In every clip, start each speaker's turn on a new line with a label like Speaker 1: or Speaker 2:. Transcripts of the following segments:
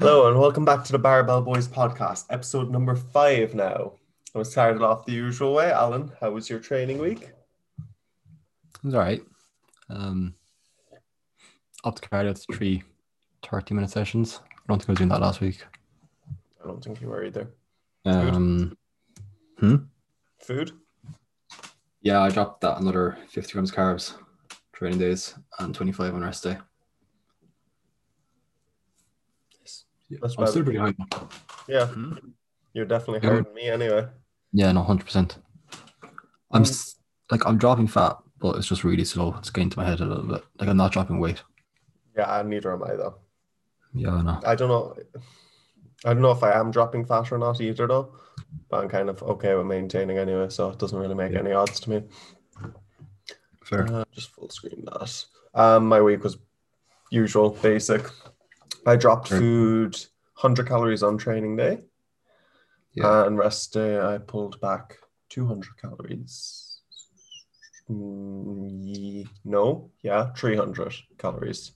Speaker 1: Hello and welcome back to the Barbell Boys podcast, episode number five now. I was started off the usual way. Alan, how was your training week?
Speaker 2: It was all right. Um, up to cardio to three 30 minute sessions. I don't think I was doing that last week.
Speaker 1: I don't think you were either.
Speaker 2: Um,
Speaker 1: Food?
Speaker 2: yeah, I dropped that another 50 grams carbs training days and 25 on rest day. Yeah,
Speaker 1: That's
Speaker 2: I'm
Speaker 1: bad.
Speaker 2: still pretty high.
Speaker 1: Yeah,
Speaker 2: Hmm?
Speaker 1: you're definitely
Speaker 2: Yeah.
Speaker 1: hurting me anyway.
Speaker 2: Yeah, no, 100%. I'm
Speaker 1: Mm.
Speaker 2: s- like, I'm dropping fat, but it's just really slow. It's getting to my head a little bit. Like, I'm not dropping weight.
Speaker 1: Yeah, neither am I though.
Speaker 2: Yeah, I know.
Speaker 1: I don't know. I don't know if I am dropping fat or not either though, but I'm kind of okay with maintaining anyway, so it doesn't really make
Speaker 2: Yeah.
Speaker 1: any odds to me.
Speaker 2: Fair.
Speaker 1: Uh, just full screen that. Um, my week was usual, basic. I dropped
Speaker 2: Sure.
Speaker 1: food, 100 calories on training day. Uh,
Speaker 2: Yeah.
Speaker 1: and rest day, I pulled back 200 calories. Mm, ye- no, yeah, 300 calories.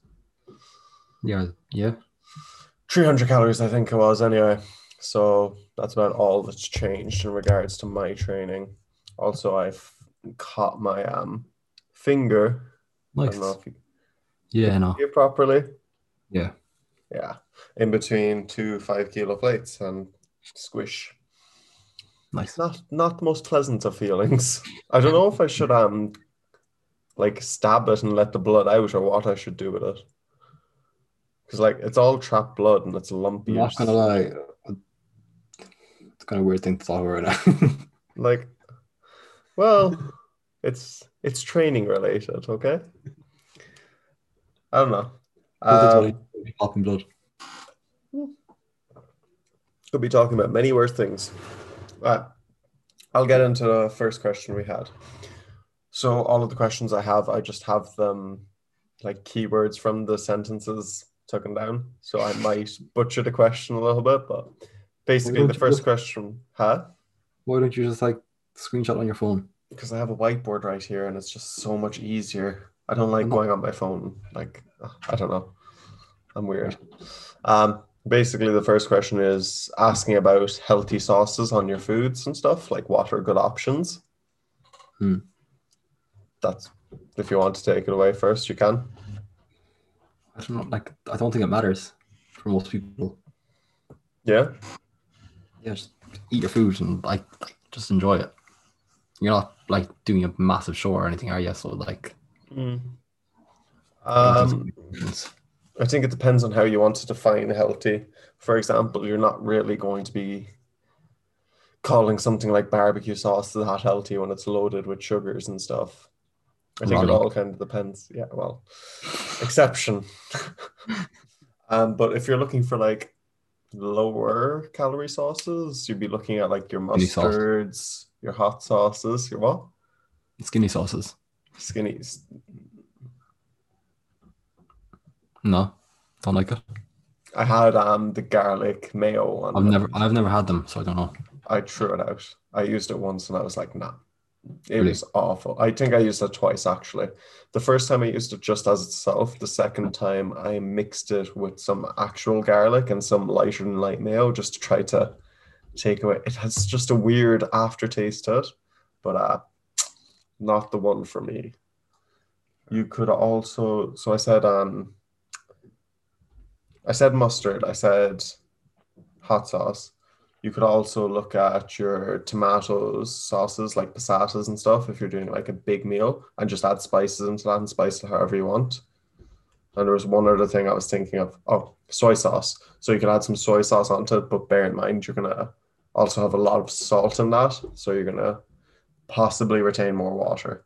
Speaker 2: Yeah. Yeah.
Speaker 1: 300 calories, I think it was anyway. So that's about all that's changed in regards to my training. Also, I've caught my um, finger. I
Speaker 2: Nice.
Speaker 1: don't know if you
Speaker 2: Yeah, no.
Speaker 1: hear properly.
Speaker 2: Yeah.
Speaker 1: Yeah, in between two five kilo plates and squish.
Speaker 2: Nice.
Speaker 1: Not not the most pleasant of feelings. I don't know if I should um like stab it and let the blood out or what I should do with it. Cause like it's all trapped blood and it's lumpy.
Speaker 2: I'm
Speaker 1: or
Speaker 2: not gonna
Speaker 1: s-
Speaker 2: lie, uh, it's kind of weird thing to talk about right now.
Speaker 1: Like well, it's it's training related, okay? I don't know.
Speaker 2: Uh,
Speaker 1: Um,
Speaker 2: popping blood.
Speaker 1: could be talking about many worse things. Right. I'll get into the first question we had. So all of the questions I have, I just have them like keywords from the sentences taken down. So I might butcher the question a little bit, but basically
Speaker 2: don't
Speaker 1: the
Speaker 2: you
Speaker 1: first
Speaker 2: just-
Speaker 1: question, huh?
Speaker 2: Why don't you just like screenshot on your phone?
Speaker 1: Because I have a whiteboard right here and it's just so much easier. I don't like
Speaker 2: I'm not-
Speaker 1: going on my phone. Like I don't know. I'm weird. Um, basically, the first question is asking about healthy sauces on your foods and stuff, like what are good options.
Speaker 2: Hmm.
Speaker 1: That's if you want to take it away first, you can.
Speaker 2: I don't know. Like I don't think it matters for most people.
Speaker 1: Yeah,
Speaker 2: Yeah, just eat your food and like, like just enjoy it. You're not like doing a massive show or anything, are you? So like,
Speaker 1: um, I think it depends on how you want to define healthy. For example, you're not really going to be calling something like barbecue sauce that healthy when it's loaded with sugars and stuff. I think it
Speaker 2: Wrong.
Speaker 1: all kind of depends. Yeah, well, exception. um, but if you're looking for like lower calorie sauces, you'd be looking at like your
Speaker 2: Chili sauce.
Speaker 1: mustards, your hot sauces, your what?
Speaker 2: skinny sauces.
Speaker 1: Skinny.
Speaker 2: No, don't like it.
Speaker 1: I had um the garlic mayo one.
Speaker 2: I've never, I've never had them, so I don't know.
Speaker 1: I threw it out. I used it once and I was like, nah. It
Speaker 2: Really?
Speaker 1: was awful. I think I used it twice actually. The first time I used it just as itself. The second time I mixed it with some actual garlic and some lighter than light mayo just to try to take away. It has just a weird aftertaste to it, but uh, not the one for me. You could also, so I said, um, I said mustard. I said hot sauce. You could also look at your tomatoes, sauces like passatas and stuff if you're doing like a big meal and just add spices into that and spice it however you want. And there was one other thing I was thinking of. Oh, soy sauce. So you can add some soy sauce onto it, but bear in mind you're gonna also have a lot of salt in that. So you're gonna possibly retain more water.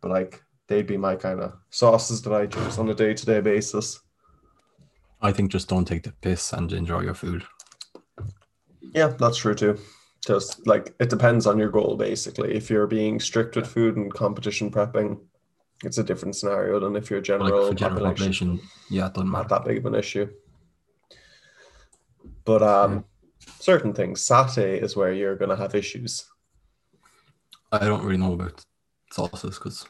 Speaker 1: But like they'd be my kind of sauces that I choose on a day-to-day basis.
Speaker 2: I think just don't take the piss and enjoy your food.
Speaker 1: Yeah, that's true too. Just like it depends on your goal, basically. If you're being strict with food and competition prepping, it's a different scenario than if you're
Speaker 2: Like
Speaker 1: general,
Speaker 2: for general
Speaker 1: population.
Speaker 2: population, yeah, it doesn't matter.
Speaker 1: Not that big of an issue. But um, certain things, satay is where you're gonna have issues.
Speaker 2: I don't really know about sauces because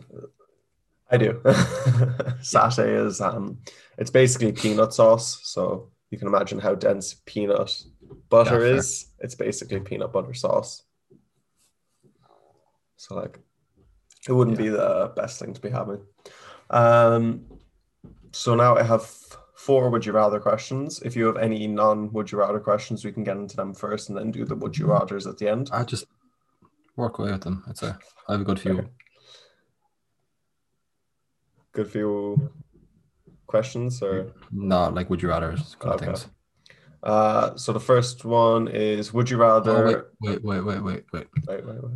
Speaker 1: I do. satay is um, it's basically peanut sauce, so you can imagine how dense peanut butter
Speaker 2: Yeah, fair.
Speaker 1: is. It's basically peanut butter sauce. So like it wouldn't be the best thing to be having. Um so now I have four would you rather questions. If you have any non would you rather questions, we can get into them first and then do the would you rathers at the end.
Speaker 2: I just work away with them. I'd say I have a good few.
Speaker 1: Okay. Good few questions or
Speaker 2: Not like would you rather kind of
Speaker 1: Okay.
Speaker 2: things.
Speaker 1: uh so the first one is would you
Speaker 2: Oh, wait,
Speaker 1: rather
Speaker 2: wait, wait, wait, wait, wait.
Speaker 1: wait, wait, wait.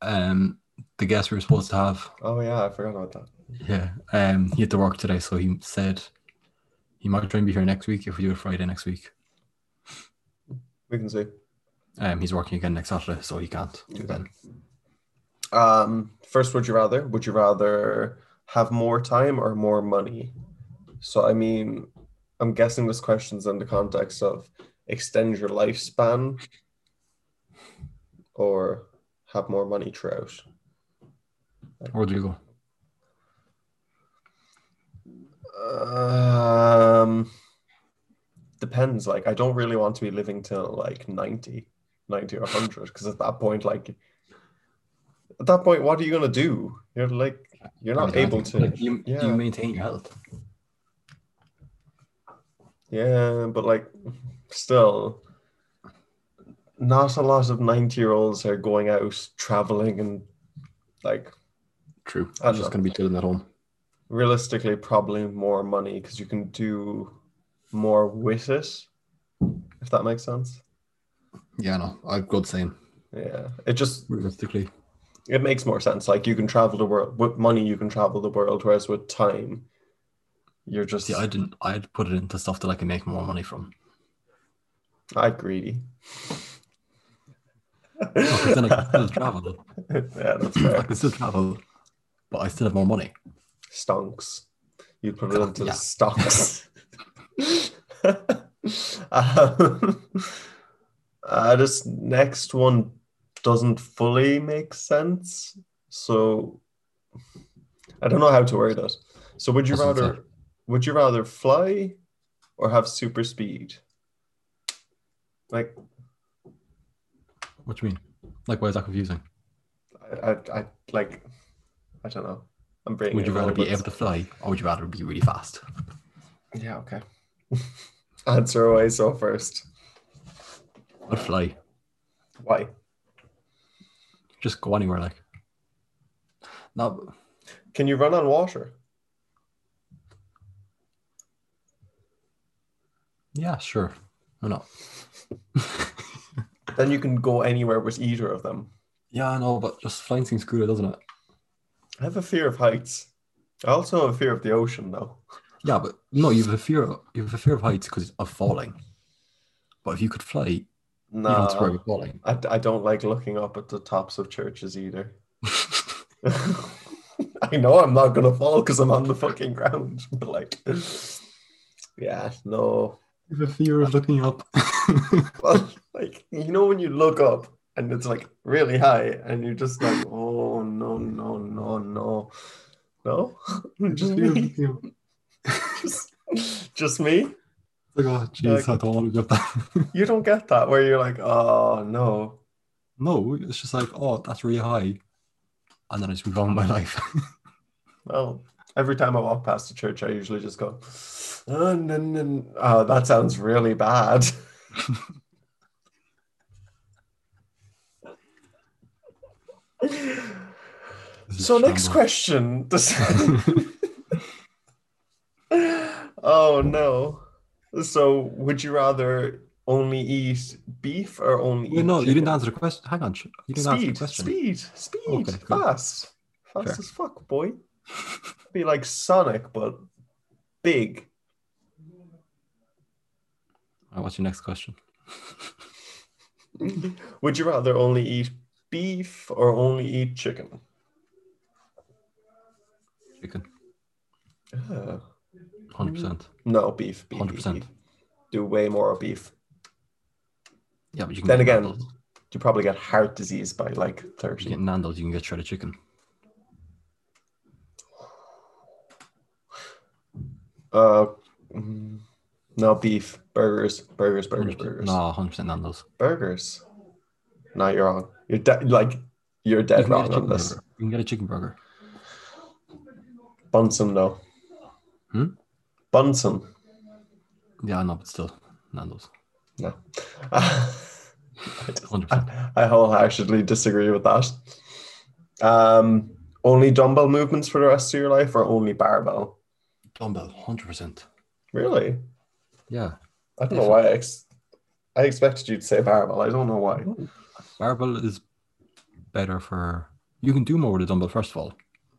Speaker 2: Um, the guest we were supposed to have,
Speaker 1: Oh yeah, I forgot about that.
Speaker 2: yeah, um, he had to work today, so he said he might try and be here next week if we do it Friday next week.
Speaker 1: We can see.
Speaker 2: Um, he's working again next Saturday, so he can't do
Speaker 1: Okay.
Speaker 2: that.
Speaker 1: Um, first, would you rather? Would you rather have more time or more money? So, I mean, I'm guessing this question's in the context of extend your lifespan or have more money throughout.
Speaker 2: Where do you go?
Speaker 1: Um, depends. Like, I don't really want to be living till like 90, 90 or 100, because at that point, like, at that point, what are you going to do? You're like, you're not
Speaker 2: Probably
Speaker 1: able
Speaker 2: don't.
Speaker 1: to.
Speaker 2: Like, you,
Speaker 1: Yeah.
Speaker 2: you maintain your health.
Speaker 1: Yeah, but like, still, not a lot of 90 year olds are going out traveling and like
Speaker 2: True.
Speaker 1: I
Speaker 2: I'm just
Speaker 1: know.
Speaker 2: going to be chilling at home.
Speaker 1: realistically, probably more money because you can do more with it, if that makes sense.
Speaker 2: Yeah, no, I've got same.
Speaker 1: Yeah, it just
Speaker 2: Realistically,
Speaker 1: it makes more sense. Like you can travel the world with money, you can travel the world, whereas with time, you're just
Speaker 2: see, I didn't. I'd put it into stuff that I can make more money from.
Speaker 1: I'm greedy.
Speaker 2: No, 'cause then I can still travel.
Speaker 1: yeah, that's
Speaker 2: I
Speaker 1: fair.
Speaker 2: can still travel, but I still have more money.
Speaker 1: stonks. You put it into
Speaker 2: Yeah.
Speaker 1: stocks. um, uh, this next one doesn't fully make sense. So I don't know how to word it. So would you
Speaker 2: That's what I'm
Speaker 1: rather would you rather fly or have super speed? Like
Speaker 2: What do you mean? Like, why is that confusing?
Speaker 1: I, I, I like I don't know. I'm breaking.
Speaker 2: Would you
Speaker 1: it a
Speaker 2: rather
Speaker 1: little
Speaker 2: be
Speaker 1: bit.
Speaker 2: able to fly, or would you rather be really fast?
Speaker 1: Yeah, okay. Answer away so first.
Speaker 2: I'd fly.
Speaker 1: Why?
Speaker 2: Just go anywhere, like. No,
Speaker 1: Can you run on water?
Speaker 2: yeah, sure. Why not?
Speaker 1: Then you can go anywhere with either of them.
Speaker 2: Yeah, I know, but just flying seems cooler, doesn't it?
Speaker 1: I have a fear of heights. I also have a fear of the ocean, though.
Speaker 2: Yeah, but no, you have a fear. Of, you have a fear of heights because of falling. But if you could fly, you don't have to worry
Speaker 1: No,
Speaker 2: about falling.
Speaker 1: I, I don't like looking up at the tops of churches either. I know I'm not gonna fall because I'm on the fucking ground, but like, yeah, no.
Speaker 2: you have a fear of looking up.
Speaker 1: Well, like you know when you look up and it's like really high, and you're just like, oh no, no, no, no, no, just me, just, just me.
Speaker 2: Like, oh, jeez, I don't want to get that.
Speaker 1: You don't get that where you're like, oh no.
Speaker 2: no, it's just like, oh, that's really high. And then I just move on with my life.
Speaker 1: Well, every time I walk past the church, I usually just go, oh, no, no, no. oh that sounds really bad.
Speaker 2: This is
Speaker 1: so, next
Speaker 2: shambles.
Speaker 1: question. This- oh no. So, would you rather only eat beef or only
Speaker 2: Wait,
Speaker 1: eat
Speaker 2: no, you
Speaker 1: chicken?
Speaker 2: didn't answer the question. Hang on. sh- You didn't answer the
Speaker 1: Speed,
Speaker 2: question.
Speaker 1: speed, speed,
Speaker 2: Okay, cool.
Speaker 1: fast, fast
Speaker 2: Fair.
Speaker 1: as fuck, boy. Be like Sonic, but big.
Speaker 2: Alright, what's your next question?
Speaker 1: Would you rather only eat beef or only eat chicken?
Speaker 2: Chicken.
Speaker 1: Uh,
Speaker 2: 100%.
Speaker 1: no, beef. beef,
Speaker 2: 100%.
Speaker 1: beef. Do way more of beef.
Speaker 2: Yeah, but you can
Speaker 1: Then
Speaker 2: get
Speaker 1: again-
Speaker 2: Nando's.
Speaker 1: You probably get heart disease by like
Speaker 2: If you
Speaker 1: 30.
Speaker 2: get Nando's, you can get shredded chicken.
Speaker 1: Uh, mm, No beef. Burgers. Burgers. Burgers.
Speaker 2: 100%,
Speaker 1: Burgers.
Speaker 2: No, 100% Nando's.
Speaker 1: Burgers. No, you're wrong. You're de- like you're
Speaker 2: You
Speaker 1: dead
Speaker 2: can get a
Speaker 1: wrong on
Speaker 2: chicken
Speaker 1: this.
Speaker 2: burger. You can get a chicken burger.
Speaker 1: Bunsen though.
Speaker 2: Hmm?
Speaker 1: Bunsen.
Speaker 2: Yeah, I know, but still, Nando's.
Speaker 1: No. I,
Speaker 2: 100%.
Speaker 1: I wholeheartedly disagree with that. Um, only dumbbell movements for the rest of your life, or only barbell?
Speaker 2: Dumbbell, 100%.
Speaker 1: Really?
Speaker 2: Yeah.
Speaker 1: I don't know why I, ex- I expected you to say barbell. I don't know why.
Speaker 2: Barbell is better for. You can do more with a dumbbell, first of all.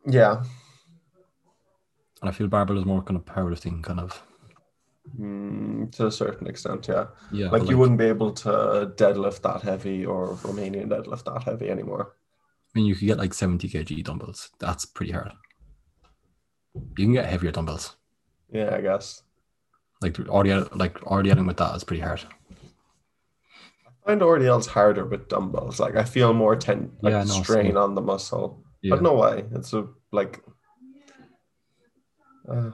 Speaker 1: Yeah.
Speaker 2: And I feel barbell is more kind of powerlifting, kind of.
Speaker 1: Mm, to a certain extent, yeah.
Speaker 2: Yeah.
Speaker 1: Like
Speaker 2: but
Speaker 1: you wouldn't be able to deadlift that heavy or Romanian deadlift that heavy anymore.
Speaker 2: I mean, you could get like 70 kg dumbbells. That's pretty hard. You can get heavier dumbbells.
Speaker 1: Yeah, I guess.
Speaker 2: Like already, like already dealing with that is pretty hard.
Speaker 1: I find ODL's harder with dumbbells. Like I feel more ten like
Speaker 2: Yeah, no,
Speaker 1: strain
Speaker 2: same.
Speaker 1: on the muscle.
Speaker 2: Yeah.
Speaker 1: I don't know why. It's a like uh,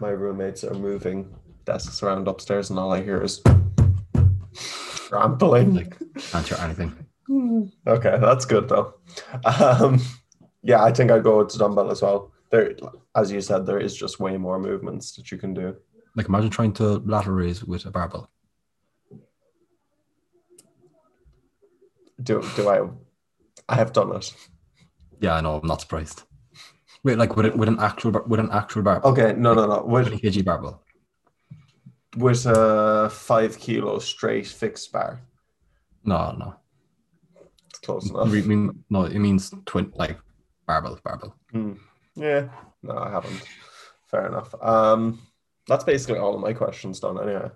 Speaker 1: my roommates are moving desks around upstairs and all I hear is trampling.
Speaker 2: Like- Answer anything.
Speaker 1: okay, that's good though. Um, yeah, I think I'd go with dumbbell as well. There as you said, there is just way more movements that you can do.
Speaker 2: Like imagine trying to lateral raise with a barbell.
Speaker 1: Do do I I have done it.
Speaker 2: Yeah, I know. I'm not surprised. Wait, like with it, with an actual bar- with an actual barbell,
Speaker 1: Okay, no no no. With,
Speaker 2: 20 kg barbell.
Speaker 1: with a five kilo straight fixed bar.
Speaker 2: No, no.
Speaker 1: It's close
Speaker 2: I
Speaker 1: enough.
Speaker 2: mean, no, it means twin like barbell, barbell.
Speaker 1: Yeah. No, I haven't. Fair enough. Um, that's basically all of my questions done anyway.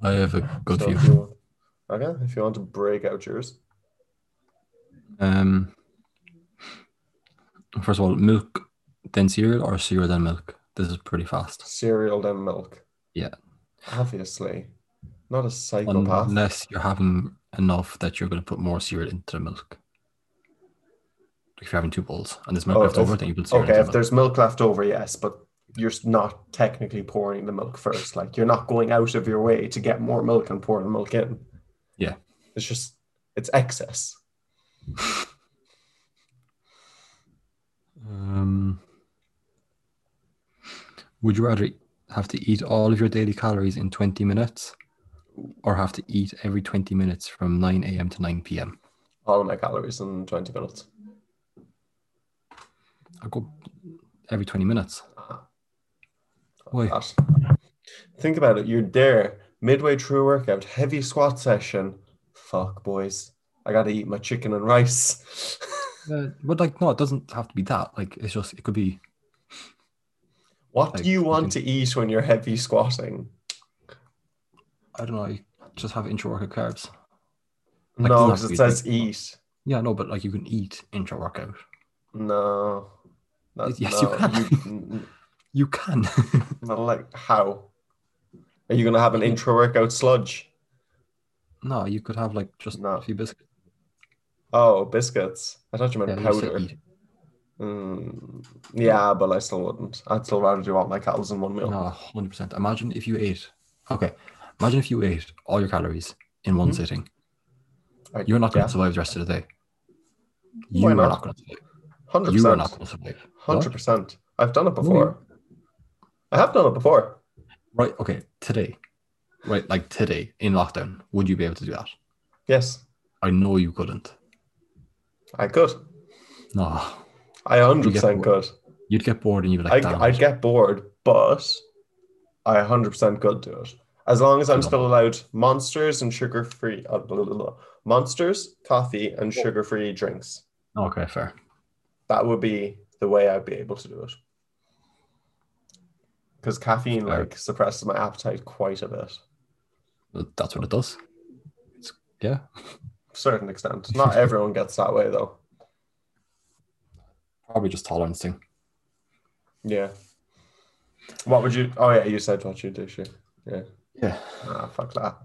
Speaker 2: I have a good
Speaker 1: So
Speaker 2: view.
Speaker 1: if you want- okay, if you want to break out yours.
Speaker 2: Um, first of all, milk then cereal or cereal then milk. This is pretty fast.
Speaker 1: Cereal then milk.
Speaker 2: Yeah.
Speaker 1: Obviously. Not a psychopath.
Speaker 2: Unless you're having enough that you're going to put more cereal into the milk. Like if you're having two bowls and there's milk
Speaker 1: Oh,
Speaker 2: left
Speaker 1: if-
Speaker 2: over, then you put cereal.
Speaker 1: Okay, if
Speaker 2: into the milk.
Speaker 1: there's milk left over, yes, but you're not technically pouring the milk first. Like you're not going out of your way to get more milk and pour the milk in.
Speaker 2: Yeah.
Speaker 1: It's just it's excess.
Speaker 2: Um, would you rather have to eat all of your daily calories in 20 minutes or have to eat every 20 minutes from 9 a.m. to 9 p.m.?
Speaker 1: All of my calories in 20 minutes.
Speaker 2: I'll go every 20 minutes. Why?
Speaker 1: That. Think about it. You're there midway through workout, heavy squat session. Fuck, boys. I gotta eat my chicken and rice.
Speaker 2: Uh, but like, no, it doesn't have to be that. Like, it's just it could be
Speaker 1: what
Speaker 2: Like,
Speaker 1: do you want to eat when you're heavy squatting?
Speaker 2: I don't know, you just have intra workout carbs. Like,
Speaker 1: no,
Speaker 2: doesn't have
Speaker 1: because
Speaker 2: to
Speaker 1: it
Speaker 2: be
Speaker 1: says
Speaker 2: big.
Speaker 1: eat.
Speaker 2: Yeah, no, but like you can eat intra workout.
Speaker 1: No. That,
Speaker 2: Yes,
Speaker 1: no.
Speaker 2: you can. You can.
Speaker 1: you- no, like how? Are you gonna have an intro workout sludge?
Speaker 2: no, you could have like just
Speaker 1: No.
Speaker 2: a few biscuits.
Speaker 1: Oh, biscuits. I thought you
Speaker 2: Yeah,
Speaker 1: meant
Speaker 2: you
Speaker 1: powder.
Speaker 2: still eat.
Speaker 1: Mm, yeah, but I still wouldn't. I'd still rather do all my calories in one meal.
Speaker 2: No, hundred percent. Imagine if you ate. Okay, imagine if you ate all your calories in one
Speaker 1: Mhm.
Speaker 2: sitting.
Speaker 1: I-
Speaker 2: You're not going
Speaker 1: yeah.
Speaker 2: to survive the rest of the day. You
Speaker 1: Why
Speaker 2: are
Speaker 1: not?
Speaker 2: not going to survive.
Speaker 1: 100%.
Speaker 2: You are not going to survive. What?
Speaker 1: Hundred percent. I've done it before. I have done it before.
Speaker 2: Right. Okay. Today. Right. Like today in lockdown, would you be able to do that?
Speaker 1: Yes,
Speaker 2: I know you couldn't.
Speaker 1: I could.
Speaker 2: No,
Speaker 1: I hundred percent
Speaker 2: bored.
Speaker 1: could.
Speaker 2: you'd get bored and you'd be
Speaker 1: I
Speaker 2: like, "Damn
Speaker 1: I'd
Speaker 2: it."
Speaker 1: get bored, but I hundred percent could do it as long as I'm
Speaker 2: No.
Speaker 1: still allowed monsters and sugar free uh, blah, blah, blah. monsters, coffee, and sugar free drinks.
Speaker 2: Okay, fair.
Speaker 1: That would be the way I'd be able to do it. Because caffeine
Speaker 2: Fair.
Speaker 1: like suppresses my appetite quite a bit,
Speaker 2: But That's what it does. It's, yeah,
Speaker 1: certain extent. Not everyone gets that way though.
Speaker 2: probably just tolerance thing.
Speaker 1: Yeah. What would you? Oh yeah, you said what you do. Shit. Yeah.
Speaker 2: Yeah,
Speaker 1: Ah, fuck that.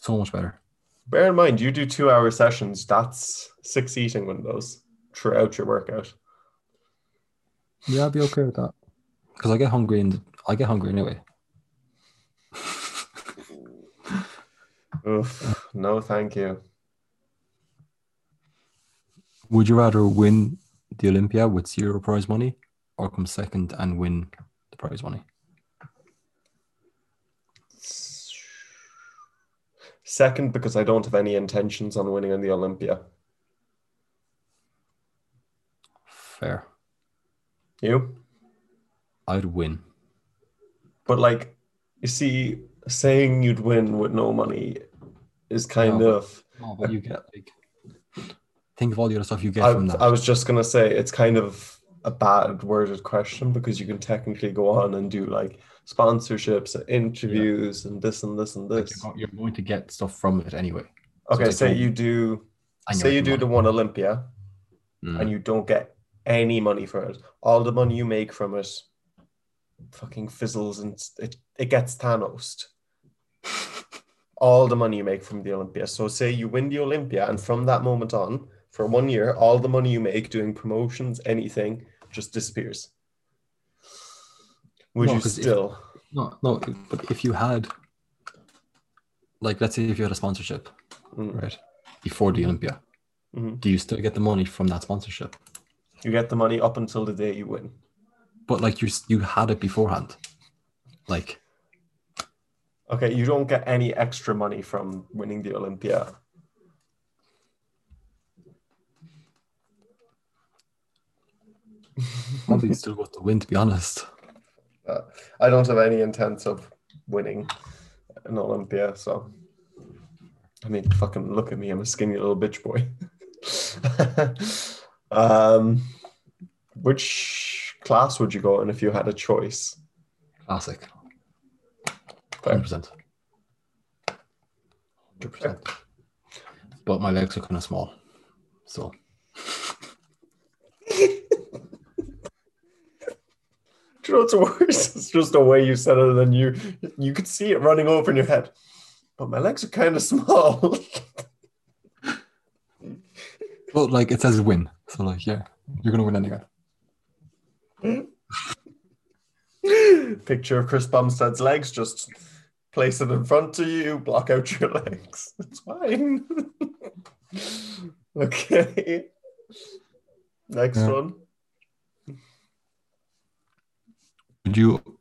Speaker 2: so much better.
Speaker 1: Bear in mind, you do two-hour sessions. That's six eating windows throughout your workout.
Speaker 2: Yeah, I'd be okay with that. Because I get hungry and I get hungry anyway.
Speaker 1: Oof, no, thank you.
Speaker 2: Would you rather win the Olympia with zero prize money or come second and win the prize money?
Speaker 1: Second, because I don't have any intentions on winning in the Olympia.
Speaker 2: Fair.
Speaker 1: You?
Speaker 2: I'd win.
Speaker 1: But like, you see, saying you'd win with no money is kind
Speaker 2: No.
Speaker 1: of.
Speaker 2: Oh, but you get like think of all the other stuff you get
Speaker 1: I,
Speaker 2: from that.
Speaker 1: I was just gonna say it's kind of a bad worded question because you can technically go on and do like sponsorships and interviews and this and this and
Speaker 2: Like,
Speaker 1: this.
Speaker 2: you're, go- you're going to get stuff from it anyway.
Speaker 1: Okay,
Speaker 2: it's
Speaker 1: say
Speaker 2: like-
Speaker 1: you do
Speaker 2: And
Speaker 1: say you
Speaker 2: you're
Speaker 1: do the
Speaker 2: making
Speaker 1: one Olympia
Speaker 2: money.
Speaker 1: and you don't get any money for it. All the money you make from it fucking fizzles and s- it, it gets Thanosed. All the money you make from the Olympia. So say you win the Olympia and from that moment on, for one year, all the money you make doing promotions, anything, just disappears. Would
Speaker 2: No,
Speaker 1: you
Speaker 2: 'cause if-
Speaker 1: still?
Speaker 2: No, no, but if you had, like, let's say if you had a sponsorship,
Speaker 1: Mm.
Speaker 2: right, before the Olympia,
Speaker 1: Mhm.
Speaker 2: do you still get the money from that sponsorship?
Speaker 1: You get the money up until the day you win.
Speaker 2: But like you, s- you had it beforehand. Like,
Speaker 1: Okay, you don't get any extra money from winning the Olympia.
Speaker 2: probably you still got the win, to be honest.
Speaker 1: Uh, I don't have any intent of winning an Olympia, so I mean, fucking look at me, I'm a skinny little bitch boy. um, which class would you go in if you had a choice?
Speaker 2: Classic.
Speaker 1: Fair.
Speaker 2: 100%. 100%. But my legs are kind of small. So,
Speaker 1: Do you know what's worse? It's just the way you said it, and then you you could see it running over in your head. But my legs are kind of small.
Speaker 2: well, like it says win. So, like, yeah, you're going to win anyway.
Speaker 1: Picture of Chris Bumstead's legs, just place it in front of you, block out your legs. It's fine. okay. Next
Speaker 2: Yeah.
Speaker 1: one.
Speaker 2: Would you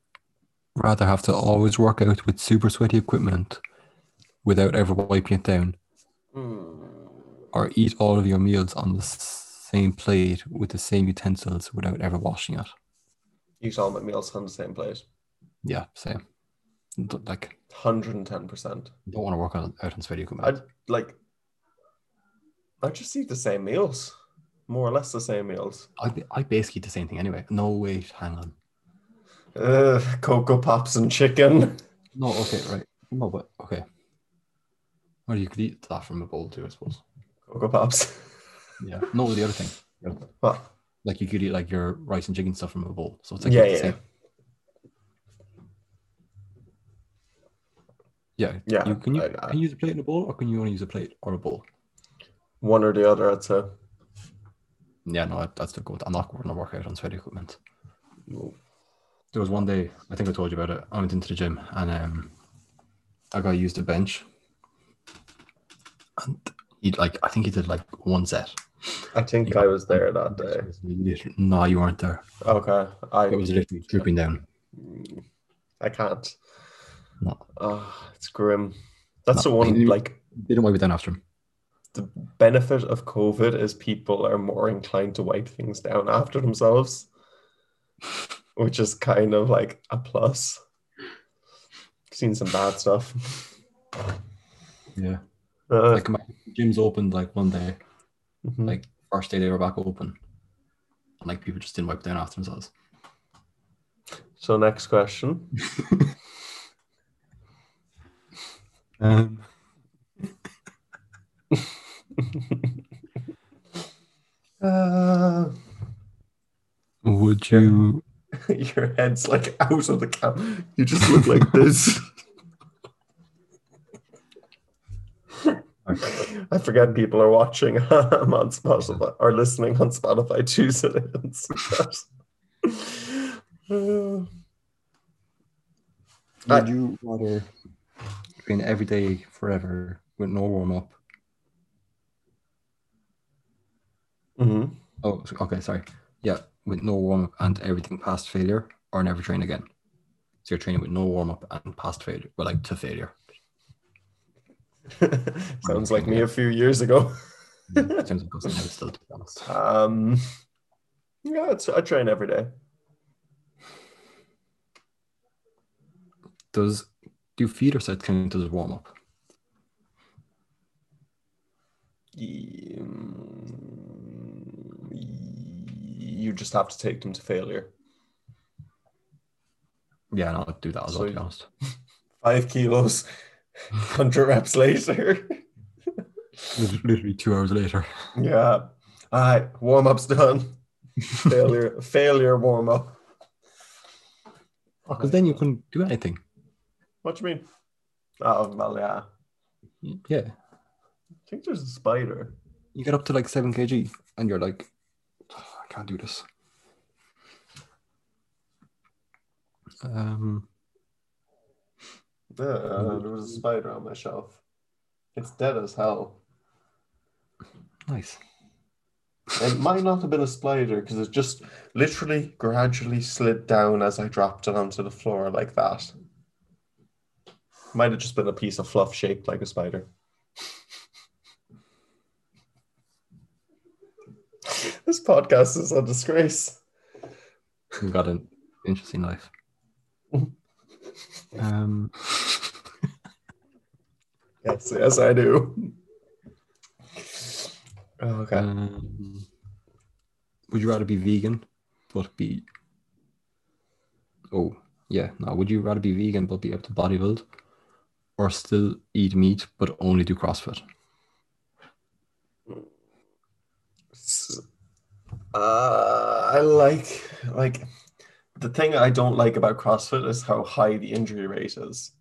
Speaker 2: rather have to always work out with super sweaty equipment without ever wiping it down,
Speaker 1: Hmm.
Speaker 2: or eat all of your meals on the s- same plate with the same utensils without ever washing it?
Speaker 1: Eat all my meals on the same plate.
Speaker 2: Yeah, same. D- Like,
Speaker 1: 110%.
Speaker 2: don't want to work on, out on
Speaker 1: I
Speaker 2: sweaty equipment.
Speaker 1: like, I just eat the same meals, more or less the same meals.
Speaker 2: I, I basically eat the same thing anyway. No, wait, hang on.
Speaker 1: Ugh, Cocoa Pops and chicken.
Speaker 2: No, okay, right. No, but okay. Well, you could eat that from a bowl too, I suppose.
Speaker 1: Cocoa Pops.
Speaker 2: Yeah. No, the other thing,
Speaker 1: Well,
Speaker 2: like you could eat like your rice and chicken stuff from a bowl. So it's like
Speaker 1: Yeah,
Speaker 2: the
Speaker 1: yeah.
Speaker 2: same. Yeah.
Speaker 1: Yeah,
Speaker 2: You, can you
Speaker 1: I- I-
Speaker 2: can you use a plate in a bowl, or can you only use a plate or a bowl?
Speaker 1: one or the other, I'd say.
Speaker 2: Yeah, no, I- that's the good. I'm not going to work out on sweat equipment. There was one day, I think I told you about it. I went into the gym and um, a guy used a bench, and he like I think he did like one set.
Speaker 1: I think I was there that day.
Speaker 2: No, you weren't there.
Speaker 1: Okay,
Speaker 2: It
Speaker 1: I
Speaker 2: was literally drooping down.
Speaker 1: I can't.
Speaker 2: No.
Speaker 1: Ah, it's grim. That's the
Speaker 2: No,
Speaker 1: one.
Speaker 2: you-
Speaker 1: Like
Speaker 2: Didn't wipe it down after him.
Speaker 1: the benefit of COVID is people are more inclined to wipe things down after themselves, which is kind of like a plus. Seen some bad stuff.
Speaker 2: Yeah.
Speaker 1: Uh,
Speaker 2: Like my gyms opened like one day,
Speaker 1: mhm.
Speaker 2: like first day they were back open. And like people just didn't wipe down after themselves.
Speaker 1: so next question.
Speaker 2: Um,
Speaker 1: Uh,
Speaker 2: would you
Speaker 1: your head's like out of the cam. You just look like this. I forget people are watching. I'm on Spotify or listening on Spotify too. So they don't see that. Uh,
Speaker 2: you rather been every day forever with no warm up.
Speaker 1: hmm
Speaker 2: Oh, so- okay, sorry. Yeah, with no warm up and everything past failure, or never train again. So you're training with no warm up and past failure, well, like to failure.
Speaker 1: Sounds like me a few years ago.
Speaker 2: Sounds like us now, still, to be honest.
Speaker 1: Um, yeah, it's, I train every day.
Speaker 2: Does do feeder sets count as warm up?
Speaker 1: Um, mm, You just have to take them to failure.
Speaker 2: Yeah, no, I'd do that as well. To be
Speaker 1: So-
Speaker 2: honest,
Speaker 1: Five kilos, hundred reps later.
Speaker 2: Lit- literally two hours later.
Speaker 1: yeah. All right, warm up's done. failure, failure warm up.
Speaker 2: Because Oh, then you couldn't do anything.
Speaker 1: What do you mean? Oh well, yeah. I
Speaker 2: Yeah,
Speaker 1: think there's a spider.
Speaker 2: you get up to like seven kg, and you're like, "Oh, I can't do this. Um,
Speaker 1: Uh,
Speaker 2: Mm-hmm.
Speaker 1: there was a spider on my shelf. It's dead as hell.
Speaker 2: nice.
Speaker 1: It might not have been a spider because it just literally gradually slid down as I dropped it onto the floor like that. Might have just been a piece of fluff shaped like a spider. this podcast is a disgrace.
Speaker 2: You've got an interesting life. um,
Speaker 1: Yes, yes, I do. Oh, Okay.
Speaker 2: um, would you rather be vegan but be? Oh yeah, no. Would you rather be vegan but be able to bodybuild, or still eat meat but only do CrossFit?
Speaker 1: S- Uh, I like like the thing I don't like about CrossFit is how high the injury rate is.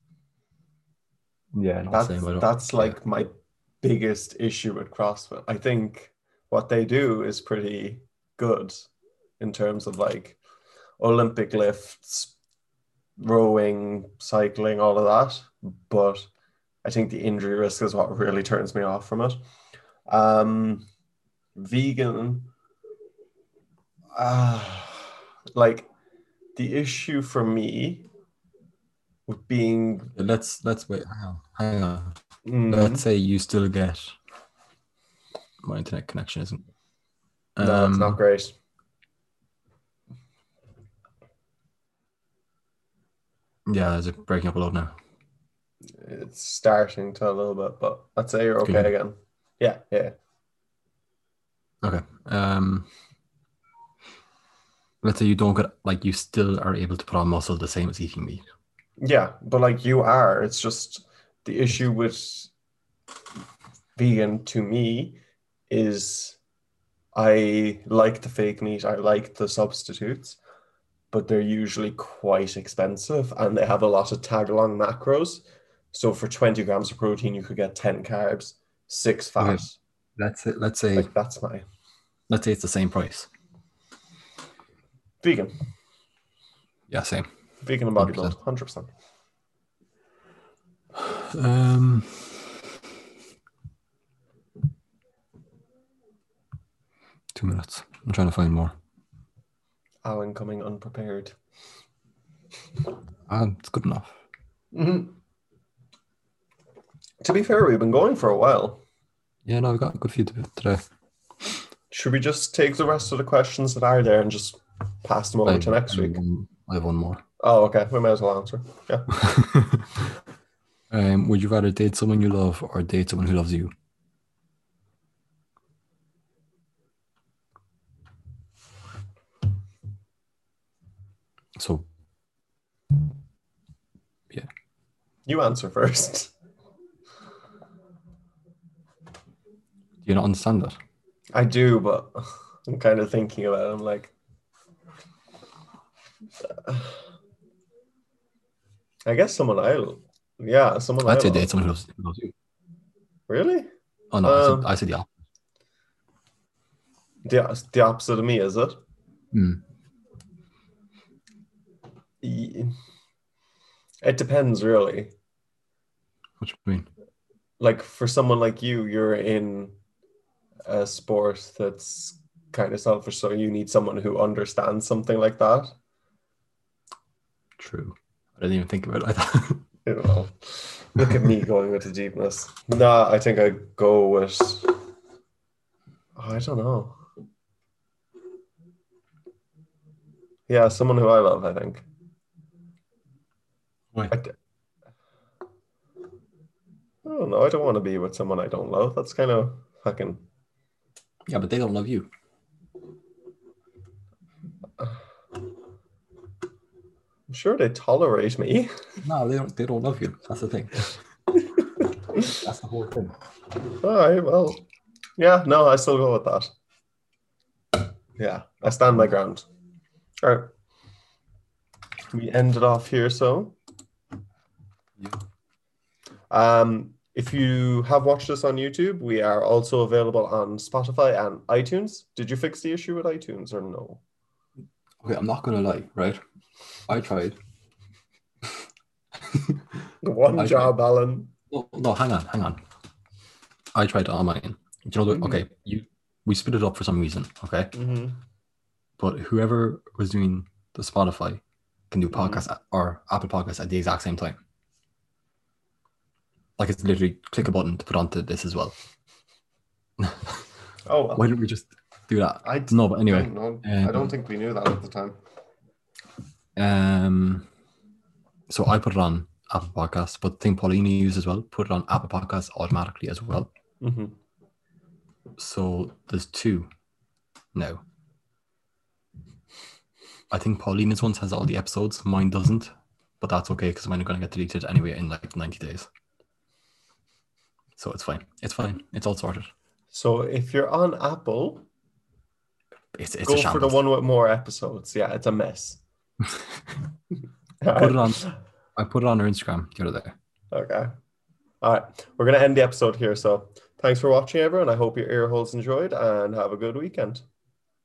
Speaker 2: Yeah, not
Speaker 1: that's
Speaker 2: the same. I don't-
Speaker 1: that's
Speaker 2: yeah.
Speaker 1: like my biggest issue with CrossFit. I think what they do is pretty good in terms of like Olympic lifts, rowing, cycling, all of that. But I think the injury risk is what really turns me off from it. Um, vegan, ah, like the issue for me with being
Speaker 2: Let's let's wait. Hang on, hang on.
Speaker 1: mm,
Speaker 2: Let's say you still get. My internet connection isn't.
Speaker 1: No, it's
Speaker 2: Um,
Speaker 1: not great.
Speaker 2: Yeah, is it breaking up a lot now?
Speaker 1: It's starting to a little bit, but I'd say you're okay
Speaker 2: Can you-
Speaker 1: again. Yeah, yeah.
Speaker 2: Okay. Um, let's say you don't get like you still are able to put on muscle the same as eating meat.
Speaker 1: Yeah, but like you are, it's just the issue with vegan to me is I like the fake meat, I like the substitutes, but they're usually quite expensive and they have a lot of tag along macros. So for 20 grams of protein, you could get 10 carbs, six
Speaker 2: Okay.
Speaker 1: fat.
Speaker 2: Let's say, let's say
Speaker 1: Like that's my
Speaker 2: let's say it's the same price.
Speaker 1: vegan,
Speaker 2: Yeah, same.
Speaker 1: vegan and bodybuild, 100%.
Speaker 2: Um, two minutes. I'm trying to find more.
Speaker 1: Alan coming unprepared.
Speaker 2: Ah, it's good enough.
Speaker 1: To be fair, we've been going for a while.
Speaker 2: Yeah, no, we got a good few to- today.
Speaker 1: Should we just take the rest of the questions that are there and just pass them over to next week?
Speaker 2: I have one more.
Speaker 1: Oh, okay. We might as well answer. Yeah.
Speaker 2: um, would you rather date someone you love or date someone who loves you? So
Speaker 1: You answer first.
Speaker 2: do you not understand that?
Speaker 1: I do, but I'm kind of thinking about it. I'm like, I guess someone I, yeah, someone I
Speaker 2: I'd say
Speaker 1: love.
Speaker 2: date someone who loves, who loves you.
Speaker 1: Really?
Speaker 2: Oh no,
Speaker 1: Um,
Speaker 2: I, said, I said yeah.
Speaker 1: The, the opposite of me, is it?
Speaker 2: Hmm.
Speaker 1: Ye- It depends, really.
Speaker 2: What do you mean?
Speaker 1: Like for someone like you, you're in a sport that's kind of selfish, so you need someone who understands something like that.
Speaker 2: True. I didn't even think about it like that.
Speaker 1: You know, look at me going with the deepness. Nah, I think I go with. Oh, I don't know. Yeah, someone who I love. I think.
Speaker 2: Why?
Speaker 1: I d- I don't know. I don't want to be with someone I don't love. That's kind of fucking.
Speaker 2: Yeah, but they don't love you.
Speaker 1: I'm sure they tolerate me.
Speaker 2: No, they don't. They don't love you. That's the thing. That's the whole thing.
Speaker 1: All right. Well, yeah. No, I still go with that. Yeah, I stand my ground. All right. We ended off here, so.
Speaker 2: Yeah.
Speaker 1: Um, if you have watched us on YouTube, we are also available on Spotify and iTunes. Did you fix the issue with iTunes or no?
Speaker 2: Okay, I'm not gonna lie, right? I tried.
Speaker 1: One
Speaker 2: I-
Speaker 1: job, Alan.
Speaker 2: No, no, hang on, hang on. I tried on mine. Do you know the,
Speaker 1: Mhm.
Speaker 2: okay, you we split it up for some reason, okay?
Speaker 1: Mm-hmm.
Speaker 2: But whoever was doing the Spotify can do podcasts at- or Apple Podcasts at the exact same time. Like it's literally click a button to put onto this as well.
Speaker 1: Oh, well,
Speaker 2: Why didn't we just do that?
Speaker 1: I d-
Speaker 2: No, but anyway.
Speaker 1: don't know.
Speaker 2: um,
Speaker 1: I don't think we knew that at the time.
Speaker 2: Um, so I put it on Apple Podcasts, but the thing Paulina used as well, put it on Apple Podcasts automatically as well.
Speaker 1: Mm-hmm.
Speaker 2: So there's two now. I think Paulina's one has all the episodes, mine doesn't, but that's okay because mine are going to get deleted anyway in like 90 days. So it's fine. It's fine. It's all sorted.
Speaker 1: So if you're on Apple,
Speaker 2: It's, it's a
Speaker 1: go for the
Speaker 2: shambles.
Speaker 1: one with more episodes. Yeah, it's a mess.
Speaker 2: Put it on. I put it on her Instagram the other day.
Speaker 1: Okay. All right. We're going to end the episode here. So thanks for watching, everyone. I hope your ear holes enjoyed and have a good weekend.